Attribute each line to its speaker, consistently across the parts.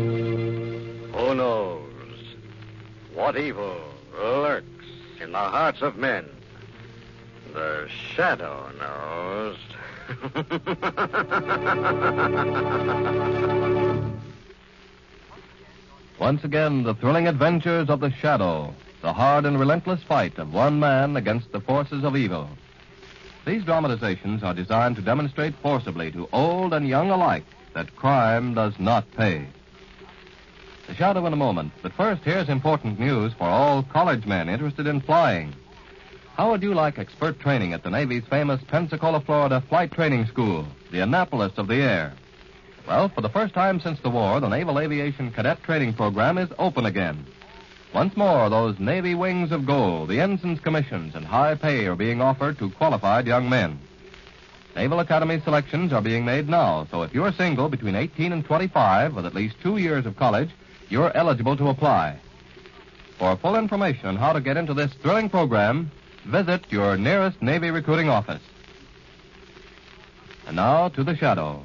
Speaker 1: Who knows what evil lurks in the hearts of men? The shadow knows.
Speaker 2: Once again, the thrilling adventures of the shadow, the hard and relentless fight of one man against the forces of evil. These dramatizations are designed to demonstrate forcibly to old and young alike that crime does not pay. The shadow in a moment, but first, here's important news for all college men interested in flying. How would you like expert training at the Navy's famous Pensacola, Florida Flight Training School, the Annapolis of the air? Well, for the first time since the war, the Naval Aviation Cadet Training Program is open again. Once more, those Navy wings of gold, the ensign's commissions, and high pay are being offered to qualified young men. Naval Academy selections are being made now, so if you're single between 18 and 25 with at least two years of college, you're eligible to apply. For full information on how to get into this thrilling program, visit your nearest Navy recruiting office. And now to the shadow.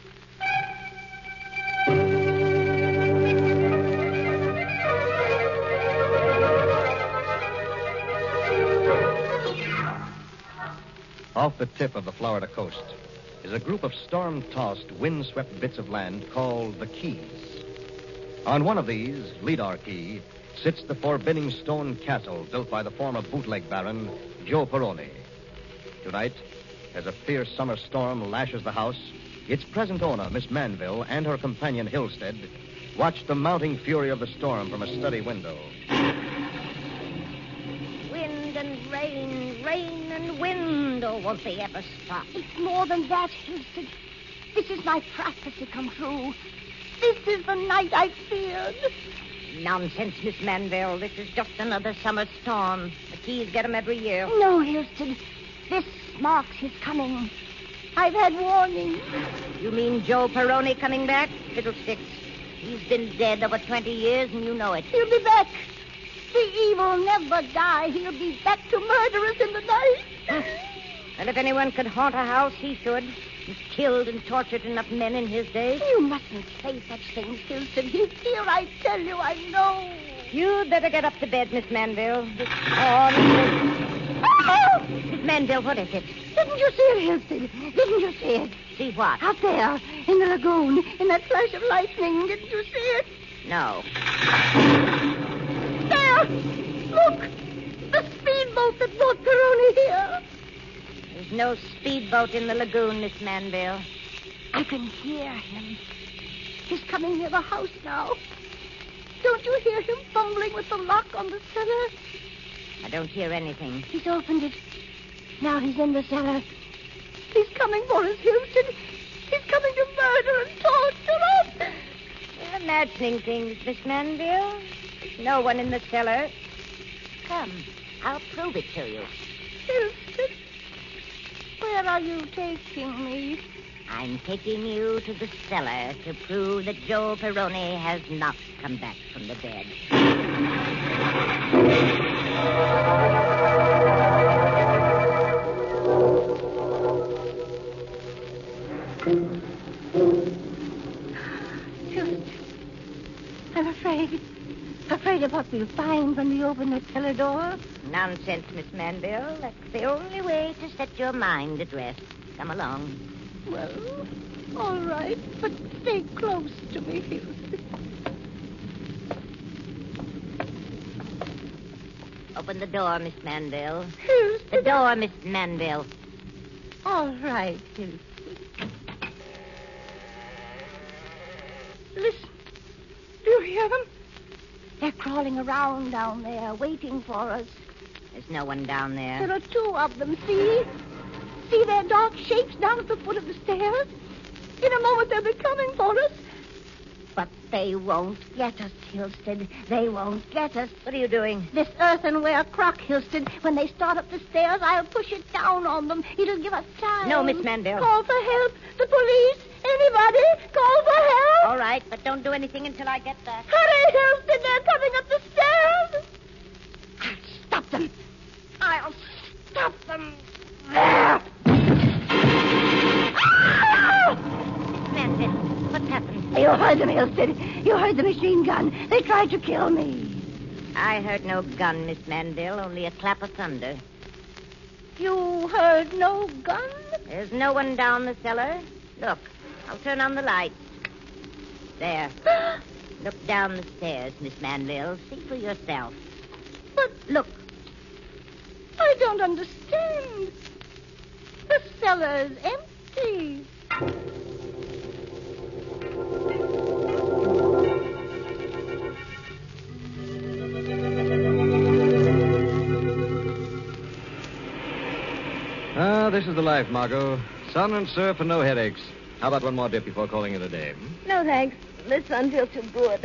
Speaker 3: Off the tip of the Florida coast is a group of storm tossed, wind-swept bits of land called the Keys. On one of these, Lidar Key, sits the forbidding stone castle built by the former bootleg baron, Joe Peroni. Tonight, as a fierce summer storm lashes the house, its present owner, Miss Manville, and her companion, Hillstead, watch the mounting fury of the storm from a study window.
Speaker 4: Wind and rain, rain and wind. Oh, won't they ever stop?
Speaker 5: It's more than that, Hilton. This is my prophecy come true. This is the night I feared.
Speaker 4: Nonsense, Miss Manville. This is just another summer storm. The keys get 'em every year.
Speaker 5: No, Hilton. This marks his coming. I've had warning.
Speaker 4: You mean Joe Peroni coming back? Fiddlesticks. He's been dead over 20 years, and you know it.
Speaker 5: He'll be back. The evil never die. He'll be back to murder us in the night.
Speaker 4: And if anyone could haunt a house, he should. He's killed and tortured enough men in his day.
Speaker 5: you mustn't say such things, Hilton. He's here, I tell you. I know.
Speaker 4: You'd better get up to bed, Miss Manville. This storm.
Speaker 5: Oh!
Speaker 4: Miss Manville, what is it?
Speaker 5: Didn't you see it, Hilton? Didn't you see it?
Speaker 4: See what?
Speaker 5: Out there, in the lagoon, in that flash of lightning, didn't you see it?
Speaker 4: No.
Speaker 5: There! Look! The speedboat that brought Peroni here!
Speaker 4: There's no speedboat in the lagoon, Miss Manville.
Speaker 5: I can hear him. He's coming near the house now. Don't you hear him fumbling with the lock on the cellar?
Speaker 4: I don't hear anything.
Speaker 5: He's opened it. Now he's in the cellar. He's coming for us, Hilton. He's coming to murder and torture us.
Speaker 4: You're imagining things, Miss Manville. There's no one in the cellar. Come, I'll prove it to you.
Speaker 5: Hilton, where are you taking me?
Speaker 4: I'm taking you to the cellar to prove that Joe Peroni has not come back from the dead.
Speaker 5: Just. I'm afraid. Afraid of what we'll find when we open the cellar door.
Speaker 4: Nonsense, Miss Manville. That's the only way to set your mind at rest. Come along.
Speaker 5: Well, all right, but stay close to me, Hugh.
Speaker 4: Open the door, Miss Manville.
Speaker 5: Hugh,
Speaker 4: The door, Miss Manville.
Speaker 5: All right, Hugh. Listen. Do you hear them? They're crawling around down there, waiting for us.
Speaker 4: There's no one down
Speaker 5: There
Speaker 4: there.
Speaker 5: are two of them, see? See their dark shapes down at the foot of the stairs? In a moment they'll be coming for us.
Speaker 4: But they won't get us, Hilston. They won't get us. What are you doing?
Speaker 5: This earthenware crock, Houston. When they start up the stairs, I'll push it down on them. It'll give us time.
Speaker 4: No, Miss Mandel.
Speaker 5: Call for help. The police. Anybody. Call for help.
Speaker 4: All right, but don't do anything until I get back.
Speaker 5: Hurry, Houston. They're coming up the stairs. I'll stop them. I'll stop them. There.
Speaker 4: Manville, what's happened?
Speaker 5: You heard them, Houston. You heard the machine gun. They tried to kill me.
Speaker 4: I heard no gun, Miss Manville, only a clap of thunder.
Speaker 5: You heard no gun?
Speaker 4: There's no one down the cellar. Look, I'll turn on the light. There. Look down the stairs, Miss Manville. See for yourself.
Speaker 5: But
Speaker 4: Look,
Speaker 5: I don't understand. The cellar's empty.
Speaker 2: Ah, this is the life, Margot. Sun and surf and no headaches. How about one more dip before calling it a day? hmm?
Speaker 6: No, thanks. This one feels too good.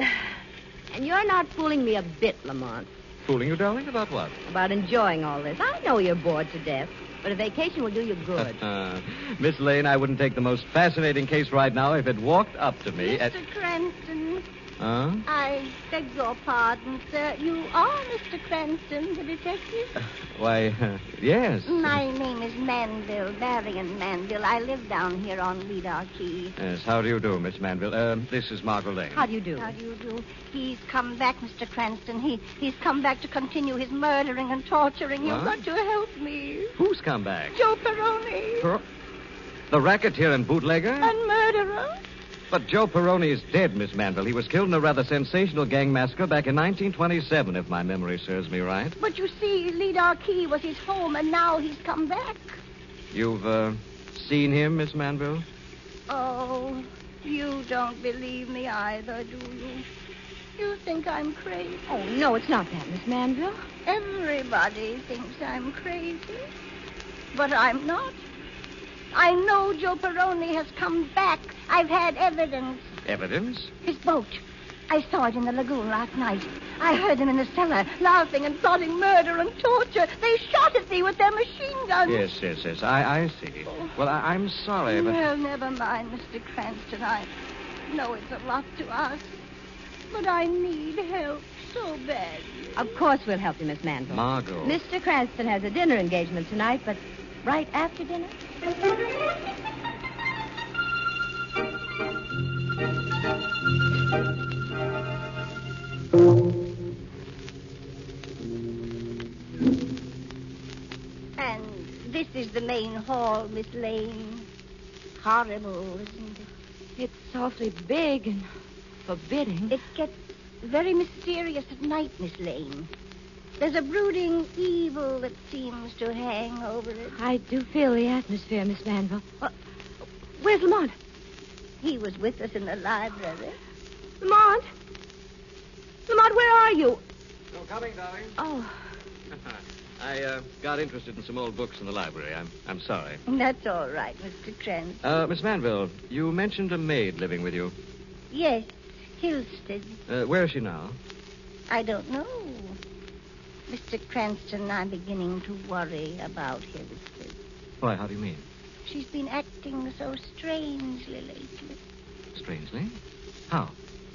Speaker 6: And you're not fooling me a bit, Lamont,
Speaker 2: Fooling you, darling? About what?
Speaker 6: about enjoying all this. I know you're bored to death, but a vacation will do you good.
Speaker 2: Miss Lane, I wouldn't take the most fascinating case right now if it walked up to me at.
Speaker 5: Mr. Cranston,
Speaker 2: Huh?
Speaker 5: I beg your pardon, sir. You are Mr. Cranston, the detective?
Speaker 2: Why, uh, yes.
Speaker 5: My name is Manville, Marion Manville. I live down here on Lidar Key.
Speaker 2: Yes, how do you do, Miss Manville? Uh, this is Margot Lane.
Speaker 6: How do you do?
Speaker 5: How do you do? He's come back, Mr. Cranston. He he's come back to continue his murdering and torturing. You've
Speaker 2: What?
Speaker 5: got to help me.
Speaker 2: Who's come back?
Speaker 5: Joe Peroni.
Speaker 2: Per- the racketeer and bootlegger?
Speaker 5: and murderer?
Speaker 2: But Joe Peroni is dead, Miss Manville. He was killed in a rather sensational gang massacre back in 1927, if my memory serves me right.
Speaker 5: But you see, Lidar Key was his home, and now he's come back.
Speaker 2: You've uh, seen him, Miss Manville?
Speaker 5: Oh, you don't believe me either, do you? You think I'm crazy.
Speaker 6: Oh, no, it's not that, Miss Manville.
Speaker 5: Everybody thinks I'm crazy. But I'm not. I know Joe Peroni has come back. I've had evidence.
Speaker 2: Evidence?
Speaker 5: His boat. I saw it in the lagoon last night. I heard them in the cellar, laughing and plotting murder and torture. They shot at me with their machine guns.
Speaker 2: Yes, yes, yes. I, I see. Well, I, I'm sorry, but.
Speaker 5: Well, never mind, Mr. Cranston. I know it's a lot to ask, but I need help so bad.
Speaker 6: Of course we'll help you, Miss Manville.
Speaker 2: Margot.
Speaker 6: Mr. Cranston has a dinner engagement tonight, but right after dinner?
Speaker 5: And this is the main hall, Miss Lane. Horrible, isn't
Speaker 6: It's awfully big and forbidding.
Speaker 5: it? It gets very mysterious at night, Miss Lane. There's a brooding evil that seems to hang over it.
Speaker 6: I do feel the atmosphere, Miss Manville. Uh, where's Lamont?
Speaker 5: He was with us in the library.
Speaker 6: Lamont? Lamont, where are you?
Speaker 2: No coming, darling.
Speaker 6: Oh,
Speaker 2: I uh, got interested in some old books in the library. I'm, I'm sorry.
Speaker 5: That's all right, Mr. Cranston.
Speaker 2: Uh, Miss Manville, you mentioned a maid living with you.
Speaker 5: Yes, Hilstead.
Speaker 2: Uh, where is she now?
Speaker 5: I don't know. Mr. Cranston, I'm beginning to worry about Hilstead.
Speaker 2: Why, how do you mean?
Speaker 7: She's been acting so strangely lately.
Speaker 8: Strangely. How?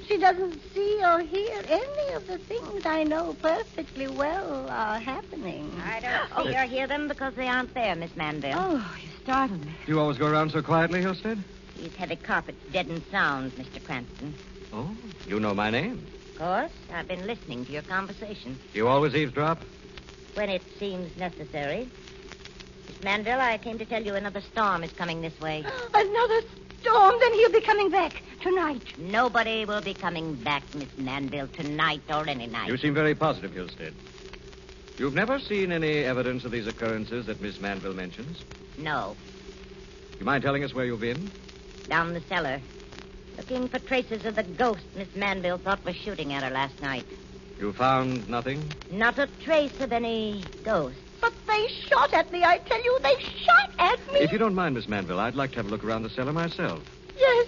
Speaker 7: She doesn't see or hear any of the things I know perfectly well are happening.
Speaker 4: I don't
Speaker 6: Oh.
Speaker 4: see or hear them because they aren't there, Miss Manville.
Speaker 7: Oh, you startled me.
Speaker 9: Do you always go around so quietly, Hilstead?
Speaker 4: These heavy carpets deaden sounds, Mr. Cranston.
Speaker 8: Oh? You know my name.
Speaker 4: Of course, I've been listening to your conversation
Speaker 8: Do you always eavesdrop?
Speaker 4: when it seems necessary. Miss Manville, I came to tell you another storm is coming this way.
Speaker 7: Another storm, then he'll be coming back tonight.
Speaker 4: Nobody will be coming back, Miss Manville, tonight or any night.
Speaker 9: You seem very positive, Hilstead. You've never seen any evidence of these occurrences that Miss Manville mentions.
Speaker 4: No,
Speaker 9: You mind telling us where you've been?
Speaker 4: down the cellar. Looking for traces of the ghost Miss Manville thought was shooting at her last night.
Speaker 9: You found nothing?
Speaker 4: Not a trace of any ghost.
Speaker 7: But they shot at me, I tell you. They shot at me.
Speaker 9: If you don't mind, Miss Manville, I'd like to have a look around the cellar myself.
Speaker 7: Yes,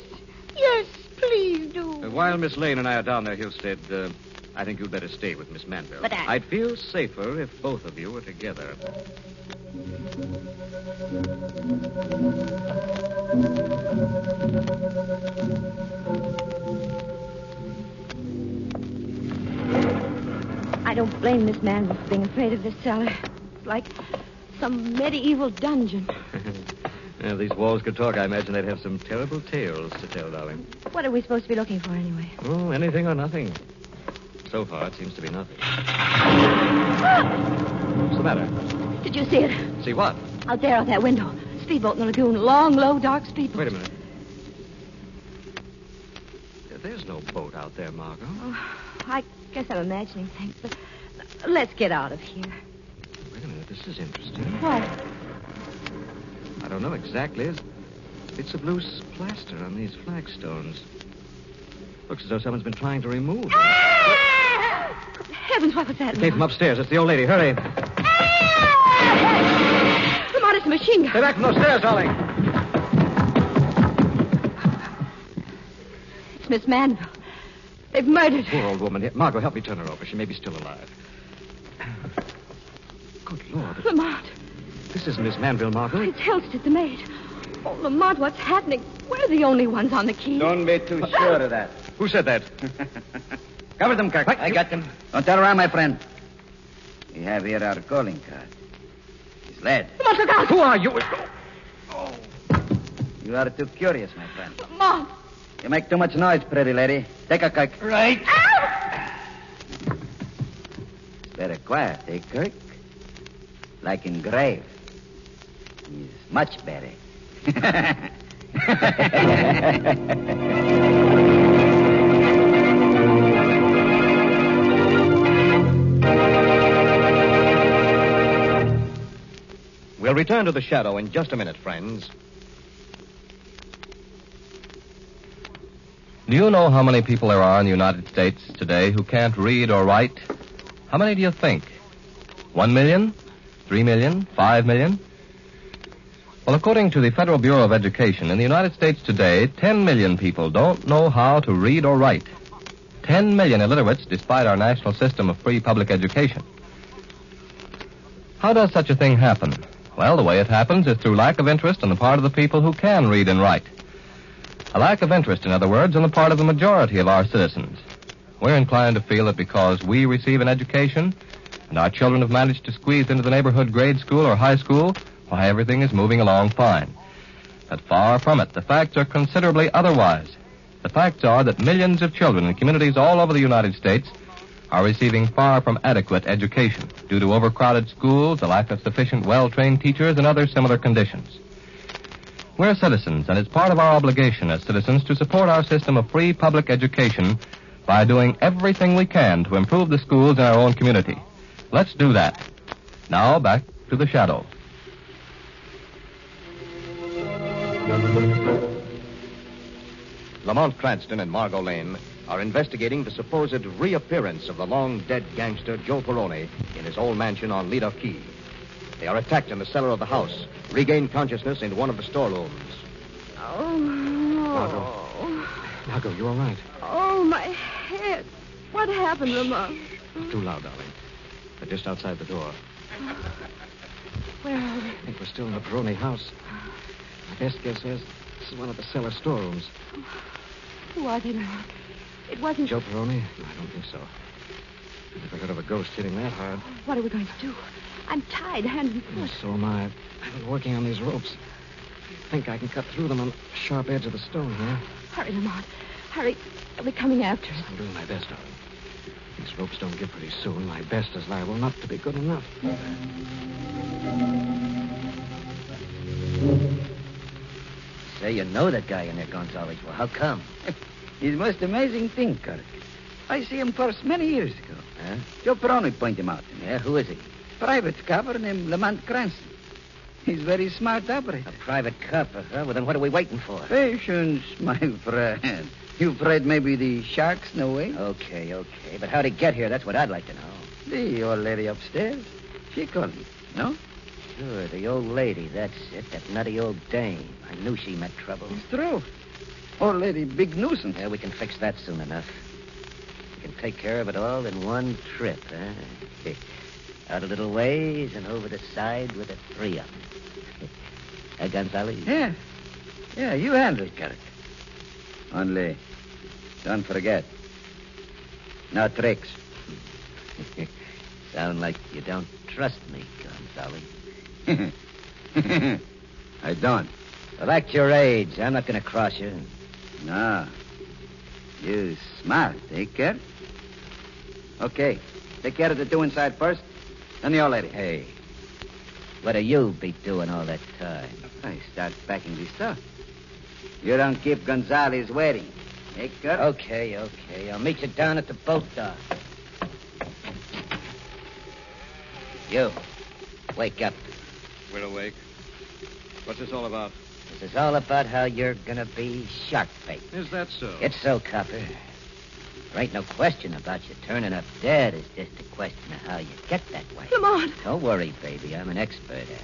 Speaker 7: yes, please do.
Speaker 9: Uh, while Miss Lane and I are down there, Hilstead, uh, I think you'd better stay with Miss Manville.
Speaker 4: But I-
Speaker 9: I'd feel safer if both of you were together.
Speaker 5: I don't blame Miss Manville for being afraid of this cellar. It's like some medieval dungeon.
Speaker 9: if Uh, these walls could talk, I imagine they'd have some terrible tales to tell, darling.
Speaker 5: What are we supposed to be looking for anyway?
Speaker 9: Oh, anything or nothing. So far, it seems to be nothing. What's the matter?
Speaker 5: Did you see it?
Speaker 9: See what?
Speaker 5: Out there out that window. Speedboat in the lagoon. Long, low, dark speedboat.
Speaker 9: Wait a minute. Uh, There's no boat out there, Margot.
Speaker 5: Oh, I guess I'm imagining things, but let's get out of here.
Speaker 9: Wait a minute. This is interesting.
Speaker 5: What?
Speaker 9: I don't know exactly. It's, it's of loose plaster on these flagstones. Looks as though someone's been trying to remove them.
Speaker 5: Heavens, what was that?
Speaker 9: It came from upstairs. It's the old lady. Hurry. Stay
Speaker 5: Come on, it's a machine gun.
Speaker 9: back from those stairs, darling.
Speaker 5: It's Miss Manville. They've murdered her.
Speaker 9: Poor old woman. Here, Margot, help me turn her over. She may be still alive. Good Lord.
Speaker 5: Lamont.
Speaker 9: This isn't Miss Manville, Margot.
Speaker 5: It's Helsted, the maid. Oh, Lamont, what's happening? We're the only ones on the key.
Speaker 10: Don't be too sure of that.
Speaker 9: Who said that?
Speaker 10: Cover them, Kirk. I got them. Don't turn around, my friend. We have here our calling card. It's lead.
Speaker 5: Lamont, look out.
Speaker 9: Who are you?
Speaker 10: You are too curious, my friend.
Speaker 5: Lamont.
Speaker 10: You make too much noise, pretty lady. Take a Kirk. Right. It's very quiet, eh, Kirk? Like in grave. He's much better.
Speaker 8: We'll return to the shadow in just a minute, friends.
Speaker 2: Do you know how many people there are in the United States today who can't read or write? How many do you think? One million? Three million? Five million? Well, according to the Federal Bureau of Education, in the United States today, ten million people don't know how to read or write. Ten million illiterates, despite our national system of free public education. How does such a thing happen? Well, the way it happens is through lack of interest on the part of the people who can read and write. A lack of interest, in other words, on the part of the majority of our citizens. We're inclined to feel that because we receive an education and our children have managed to squeeze into the neighborhood grade school or high school, why everything is moving along fine. But far from it. The facts are considerably otherwise. The facts are that millions of children in communities all over the United States are receiving far from adequate education due to overcrowded schools, the lack of sufficient well-trained teachers, and other similar conditions. We're citizens, and it's part of our obligation as citizens to support our system of free public education by doing everything we can to improve the schools in our own community. Let's do that. Now, back to the shadow.
Speaker 8: Lamont Cranston and Margot Lane are investigating the supposed reappearance of the long dead gangster Joe Peroni in his old mansion on Lido Key. They are attacked in the cellar of the house, regain consciousness in one of the storerooms.
Speaker 5: Oh, no.
Speaker 9: Margot, you're all right.
Speaker 5: Oh, my head. What happened, Lamont?
Speaker 9: Too loud, darling. They're just outside the door.
Speaker 5: Where are
Speaker 9: I think we're still in the Peroni house.
Speaker 11: My best guess is this is one of the cellar storerooms.
Speaker 12: What in the world? It wasn't.
Speaker 11: Joe Peroni? No, I don't think so. I never heard of a ghost hitting that hard.
Speaker 12: What are we going to do? I'm tied hand and foot.
Speaker 11: So am I. I've been working on these ropes. I think I can cut through them on the sharp edge of the stone here.
Speaker 12: Hurry, Lamont. Hurry. They'll be coming after us.
Speaker 11: I'm doing my best, darling. These ropes don't give pretty soon. My best is liable not to be good enough.
Speaker 13: Say, you know that guy in there, Gonzalez. Well, how come? He's the most amazing thing, Kirk. I see him first many years ago. Huh? Joe Peroni pointed him out to me. Yeah, who is he? Private copper named Lamont Cranston. He's very smart operator. A private copper, huh? Well, then what are we waiting for? Patience, my friend. You afraid maybe the sharks no way? Okay, okay. But how'd he get here? That's what I'd like to know. The old lady upstairs. She called me. No? Sure, the old lady. That's it. That nutty old dame. I knew she meant trouble. It's true. Old lady, big nuisance. Yeah, we can fix that soon enough. We can take care of it all in one trip, huh? Out a little ways and over the side with a three up. uh, Gonzalez? Yeah. Yeah, you handle it, Garrett. Only, don't forget. No tricks. Sound like you don't trust me, Gonzalez. I don't. Well, that's your age. I'm not going to cross you. No. You smart, eh, Kurt? Okay. Take care of the two inside first, then the old lady. Hey. What do you be doing all that time? I start packing the stuff. You don't keep Gonzales waiting. Hey, Kurt? Okay, okay. I'll meet you down at the boat dock. You, wake up.
Speaker 14: We're awake. What's this all about?
Speaker 13: This is all about how you're gonna be shark bait.
Speaker 14: Is that so?
Speaker 13: It's so, Copper. There ain't no question about you turning up dead. It's just a question of how you get that way.
Speaker 12: Lamont!
Speaker 13: Don't worry, baby. I'm an expert at it.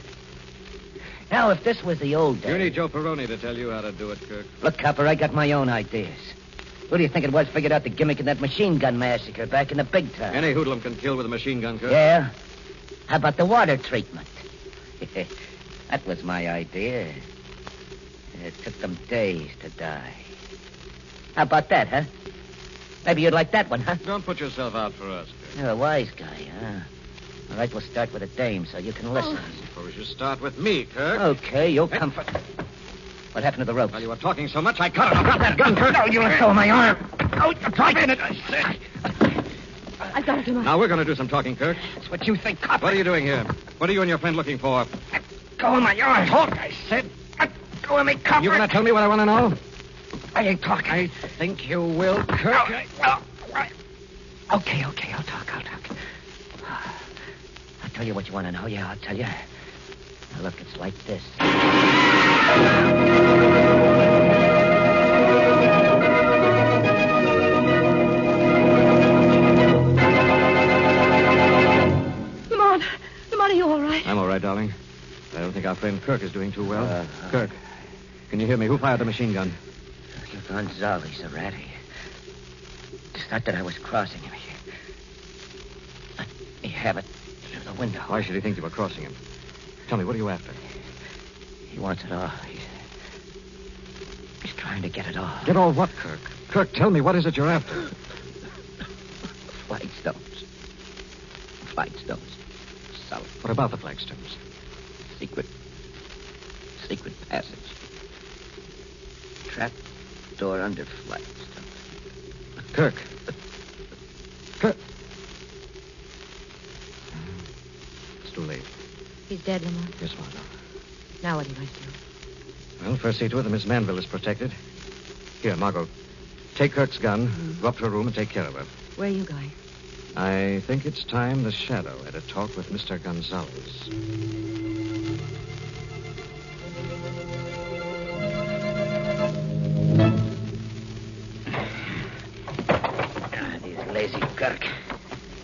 Speaker 13: Now, if this was the old days.
Speaker 14: You need Joe Peroni to tell you how to do it, Kirk.
Speaker 13: Look, Copper, I got my own ideas. Who do you think it was figured out the gimmick in that machine gun massacre back in the big time?
Speaker 14: Any hoodlum can kill with a machine gun, Kirk.
Speaker 13: Yeah? How about the water treatment? that was my idea. It took them days to die. How about that, huh? Maybe you'd like that one, huh?
Speaker 14: Don't put yourself out for us, Kirk.
Speaker 13: You're a wise guy, huh? All right, we'll start with a dame so you can listen.
Speaker 14: Suppose you start with me, Kirk.
Speaker 13: Okay, you'll come for. What happened to the rope?
Speaker 14: While you were talking so much, I cut it. Drop that gun, Kirk.
Speaker 13: No, you let go of my arm.
Speaker 14: Oh, try it. I said.
Speaker 12: I've got it, Lamont.
Speaker 14: Now we're going to do some talking, Kirk.
Speaker 13: That's what you think, Copper.
Speaker 14: What are you doing here? What are you and your friend looking for?
Speaker 13: Go on my arm. Talk, I said. Let go of me, Copper.
Speaker 14: You going to tell me what I want to know?
Speaker 13: I ain't talking. I think you will, Kirk. Okay, okay, I'll talk, I'll talk. I'll tell you what you want to know. Yeah, I'll tell you. Now, look, it's like this.
Speaker 12: Lamont! Lamont, are you all right?
Speaker 11: I'm all right, darling. But I don't think our friend Kirk is doing too well.
Speaker 13: Uh,
Speaker 11: Kirk, can you hear me? Who fired the machine gun?
Speaker 13: You Gonzales, the rat. He- It's not that I was crossing him. He, Let me have it through the window.
Speaker 11: Why should he think you were crossing him? Tell me, what are you after?
Speaker 13: He wants it all. He's, he's trying to get it all.
Speaker 11: Get all what, Kirk? Kirk, tell me, what is it you're after?
Speaker 13: Flagstones. Flagstones. Solid.
Speaker 11: What about the flagstones?
Speaker 13: Secret. Secret passage. Trap door under flagstone.
Speaker 11: Kirk. Kirk. Hmm. It's too late.
Speaker 12: He's dead, Lamont.
Speaker 11: Yes, Margot.
Speaker 12: Now what are you going to do?
Speaker 11: Well, first see to it that Miss Manville is protected. Here, Margot, take Kirk's gun,
Speaker 12: Hmm.
Speaker 11: go up to her room and take care of her.
Speaker 12: Where are you going?
Speaker 11: I think it's time the Shadow had a talk with Mr. Gonzalez.
Speaker 13: Ah, these lazy Kirk.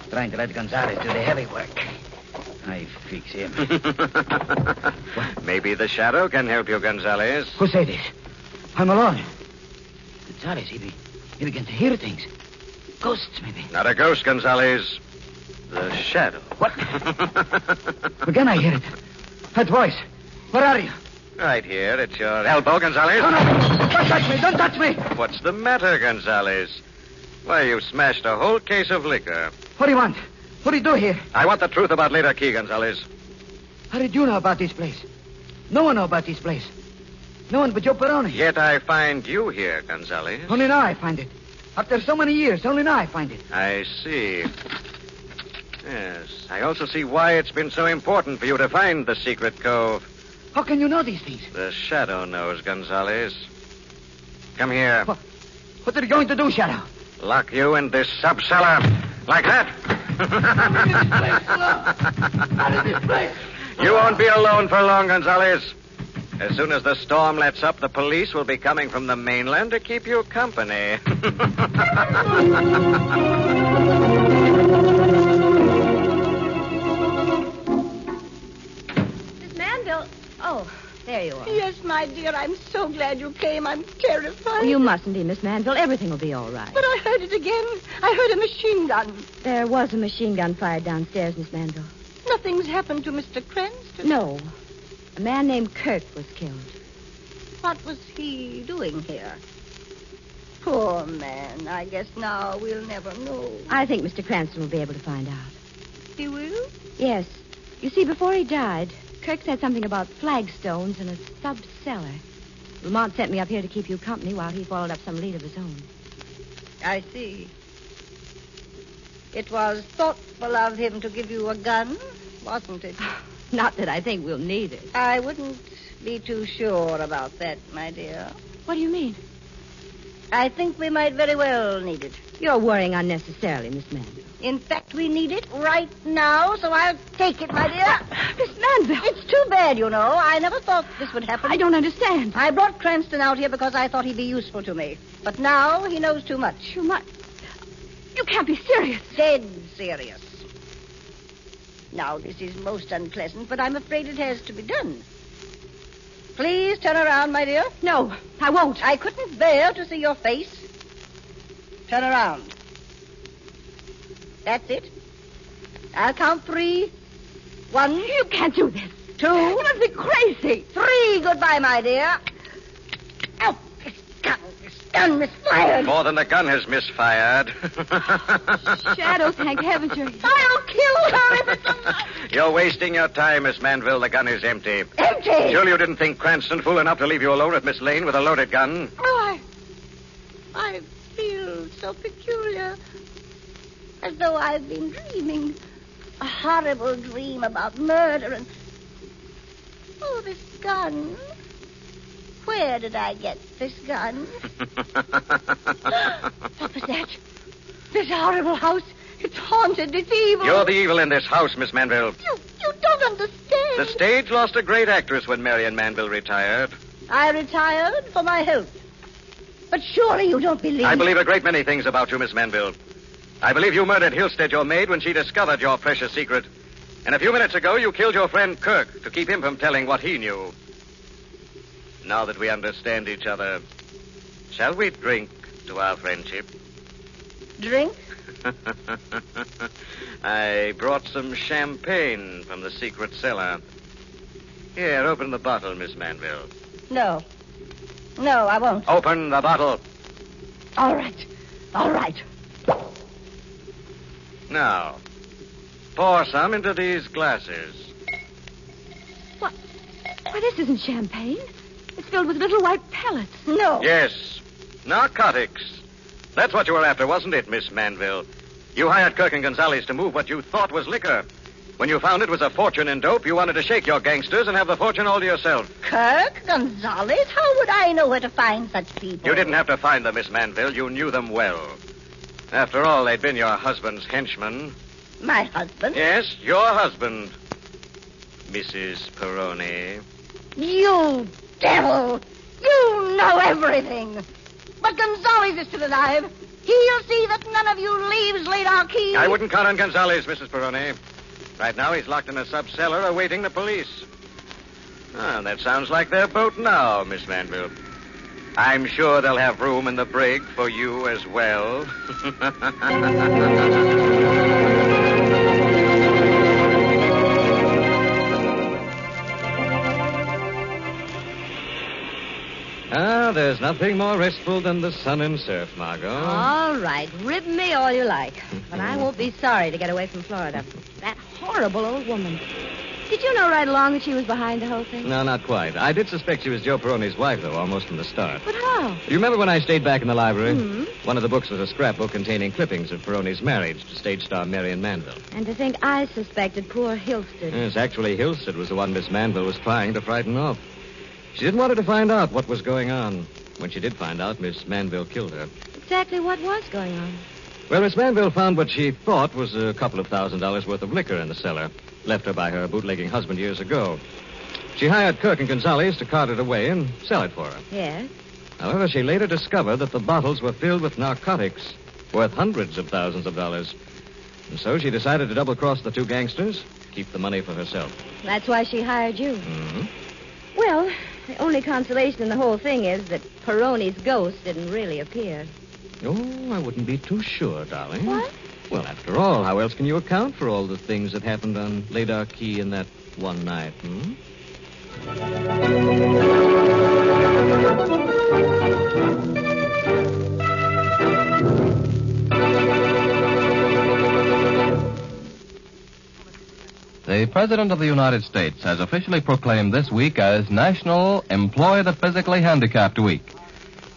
Speaker 13: Trying to let Gonzalez do the heavy work. I fix him.
Speaker 15: Maybe the shadow can help you, Gonzalez.
Speaker 13: Who say this? I'm alone. Gonzalez, he, be, he begins to hear things. Ghosts, maybe.
Speaker 15: Not a ghost, Gonzalez. The shadow.
Speaker 13: What? Again, I hear it. That voice. Where are you?
Speaker 15: Right here at your elbow, Gonzalez. No, no.
Speaker 13: Don't touch me! Don't touch me!
Speaker 15: What's the matter, Gonzalez? Why, you smashed a whole case of liquor.
Speaker 13: What do you want? What do you do here?
Speaker 15: I want the truth about Leda Key, Gonzalez.
Speaker 13: How did you know about this place? No one know about this place. No one but Joe Peroni.
Speaker 15: Yet I find you here, Gonzalez.
Speaker 13: Only now I find it. After so many years, only now I find it.
Speaker 15: I see. Yes, I also see why it's been so important for you to find the secret cove.
Speaker 13: How can you know these things?
Speaker 15: The shadow knows, Gonzalez. Come here.
Speaker 13: What are you going to do, Shadow?
Speaker 15: Lock you in this sub cellar. Like that. You won't be alone for long, Gonzalez. As soon as the storm lets up, the police will be coming from the mainland to keep you company.
Speaker 12: Miss Manville. Oh, there you are.
Speaker 5: Yes, my dear, I'm so glad you came. I'm terrified.
Speaker 12: Oh, you mustn't be, Miss Manville. Everything will be all right.
Speaker 5: But I heard it again. I heard a machine gun.
Speaker 12: There was a machine gun fired downstairs, Miss Manville.
Speaker 5: Nothing's happened to Mr. Cranston.
Speaker 12: No. A man named Kirk was killed.
Speaker 5: What was he doing here? Poor man. I guess now we'll never know.
Speaker 12: I think Mr. Cranston will be able to find out.
Speaker 5: He will?
Speaker 12: Yes. You see, before he died, Kirk said something about flagstones and a sub cellar. Lamont sent me up here to keep you company while he followed up some lead of his own.
Speaker 5: I see. It was thoughtful of him to give you a gun, wasn't it?
Speaker 12: Not that I think we'll need it.
Speaker 5: I wouldn't be too sure about that, my dear.
Speaker 12: What do you mean?
Speaker 5: I think we might very well need it.
Speaker 12: You're worrying unnecessarily, Miss Manville.
Speaker 5: In fact, we need it right now, so I'll take it, my dear.
Speaker 12: Miss Manville!
Speaker 5: It's too bad, you know. I never thought this would happen.
Speaker 12: I don't understand.
Speaker 5: I brought Cranston out here because I thought he'd be useful to me. But now he knows too much.
Speaker 12: Too much. You can't be serious.
Speaker 5: Dead serious. Now, this is most unpleasant, but I'm afraid it has to be done. Please turn around, my dear.
Speaker 12: No, I won't.
Speaker 5: I couldn't bear to see your face. Turn around. That's it. I'll count three. One,
Speaker 12: You can't do this.
Speaker 5: two,
Speaker 12: You must be crazy.
Speaker 5: three. Goodbye, my dear. Out. This gun. This gun is fired.
Speaker 15: More than the gun has misfired.
Speaker 12: Shadow, thank heavens you're here.
Speaker 5: I'll kill her if it's alive.
Speaker 15: You're wasting your time, Miss Manville. The gun is empty.
Speaker 5: empty.
Speaker 15: Surely you didn't think Cranston fool enough to leave you alone with Miss Lane with a loaded gun.
Speaker 5: Oh, I, I feel so peculiar, as though I've been dreaming a horrible dream about murder and oh, this gun. Where did I get this gun? What was that? This horrible house. It's haunted. It's evil.
Speaker 15: You're the evil in this house, Miss Manville.
Speaker 5: You, you don't understand.
Speaker 15: The stage lost a great actress when Marion Manville retired.
Speaker 5: I retired for my health. But surely you don't believe.
Speaker 15: I believe a great many things about you, Miss Manville. I believe you murdered Hillstead, your maid, when she discovered your precious secret. And a few minutes ago, you killed your friend Kirk to keep him from telling what he knew. Now that we understand each other, shall we drink to our friendship?
Speaker 5: Drink?
Speaker 15: I brought some champagne from the secret cellar. Here, open the bottle, Miss Manville.
Speaker 5: No. No, I won't.
Speaker 15: Open the bottle.
Speaker 5: All right. All right.
Speaker 15: Now, pour some into these glasses.
Speaker 12: What? Why, this isn't champagne. It's filled with little white pellets.
Speaker 5: No.
Speaker 15: Yes, narcotics. That's what you were after, wasn't it, Miss Manville? You hired Kirk and Gonzalez to move what you thought was liquor. When you found it was a fortune in dope, you wanted to shake your gangsters and have the fortune all to yourself.
Speaker 5: Kirk, Gonzalez, how would I know where to find such people?
Speaker 15: You didn't have to find them, Miss Manville. You knew them well. After all, they'd been your husband's henchmen.
Speaker 5: My husband?
Speaker 15: Yes, your husband, Mrs. Peroni.
Speaker 5: You devil! You know everything. But Gonzalez is still alive. He'll see that none of you leaves Ladar Key.
Speaker 15: I wouldn't count on Gonzalez, Mrs. Peroni. Right now, he's locked in a sub cellar awaiting the police. Ah, that sounds like their boat now, Miss Manville. I'm sure they'll have room in the brig for you as well. Ah, there's nothing more restful than the sun and surf, Margot.
Speaker 4: All right, rib me all you like, but I won't be sorry to get away from Florida. That horrible old woman. Did you know right along that she was behind the whole thing?
Speaker 15: No, not quite. I did suspect she was Joe Peroni's wife, though, almost from the start.
Speaker 4: But how?
Speaker 15: You remember when I stayed back in the library?
Speaker 4: Hmm.
Speaker 15: One of the books was a scrapbook containing clippings of Peroni's marriage to stage star Marion Manville.
Speaker 4: And to think I suspected poor Hilston.
Speaker 15: Yes, actually, Hilstead was the one Miss Manville was trying to frighten off. She didn't want her to find out what was going on. When she did find out, Miss Manville killed her.
Speaker 4: Exactly what was going on?
Speaker 15: Well, Miss Manville found what she thought was a couple of thousand dollars worth of liquor in the cellar, left her by her bootlegging husband years ago. She hired Kirk and Gonzalez to cart it away and sell it for her.
Speaker 4: Yes.
Speaker 15: However, she later discovered that the bottles were filled with narcotics worth hundreds of thousands of dollars. And so she decided to double cross the two gangsters, keep the money for herself.
Speaker 4: That's why she hired you.
Speaker 15: Mm-hmm.
Speaker 4: Well, the only consolation in the whole thing is that Peroni's ghost didn't really appear.
Speaker 15: Oh, I wouldn't be too sure, darling.
Speaker 4: What?
Speaker 15: Well, after all, how else can you account for all the things that happened on Ladar Key in that one night, hmm?
Speaker 2: The President of the United States has officially proclaimed this week as National Employ the Physically Handicapped Week.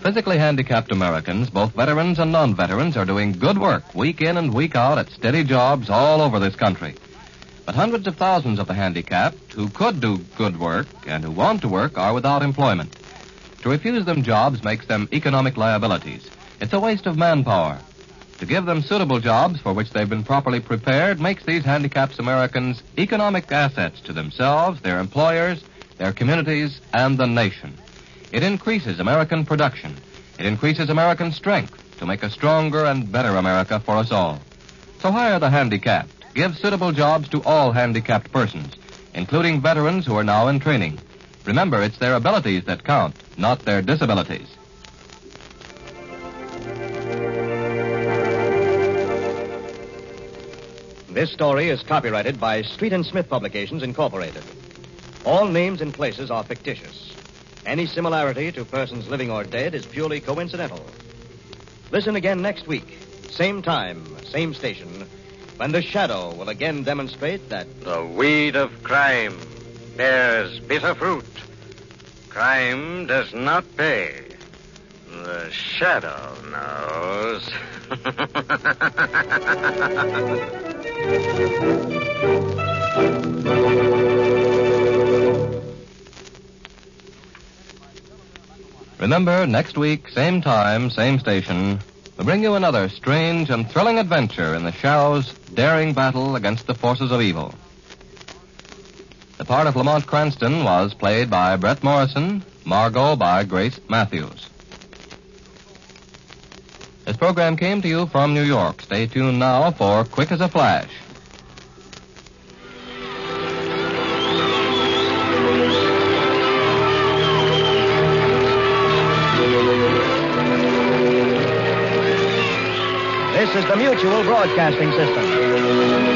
Speaker 2: Physically handicapped Americans, both veterans and non veterans, are doing good work week in and week out at steady jobs all over this country. But hundreds of thousands of the handicapped who could do good work and who want to work are without employment. To refuse them jobs makes them economic liabilities. It's a waste of manpower. To give them suitable jobs for which they've been properly prepared makes these handicapped Americans economic assets to themselves, their employers, their communities, and the nation. It increases American production. It increases American strength to make a stronger and better America for us all. So hire the handicapped. Give suitable jobs to all handicapped persons, including veterans who are now in training. Remember, it's their abilities that count, not their disabilities.
Speaker 13: This story is copyrighted by Street and Smith Publications, Incorporated. All names and places are fictitious. Any similarity to persons living or dead is purely coincidental. Listen again next week, same time, same station, when the shadow will again demonstrate that
Speaker 16: The weed of crime bears bitter fruit. Crime does not pay. The shadow knows.
Speaker 2: Remember, next week, same time, same station, we bring you another strange and thrilling adventure in the Shadow's daring battle against the forces of evil. The part of Lamont Cranston was played by Brett Morrison, Margot by Grace Matthews. This program came to you from New York. Stay tuned now for Quick as a Flash.
Speaker 13: this is the Mutual Broadcasting System.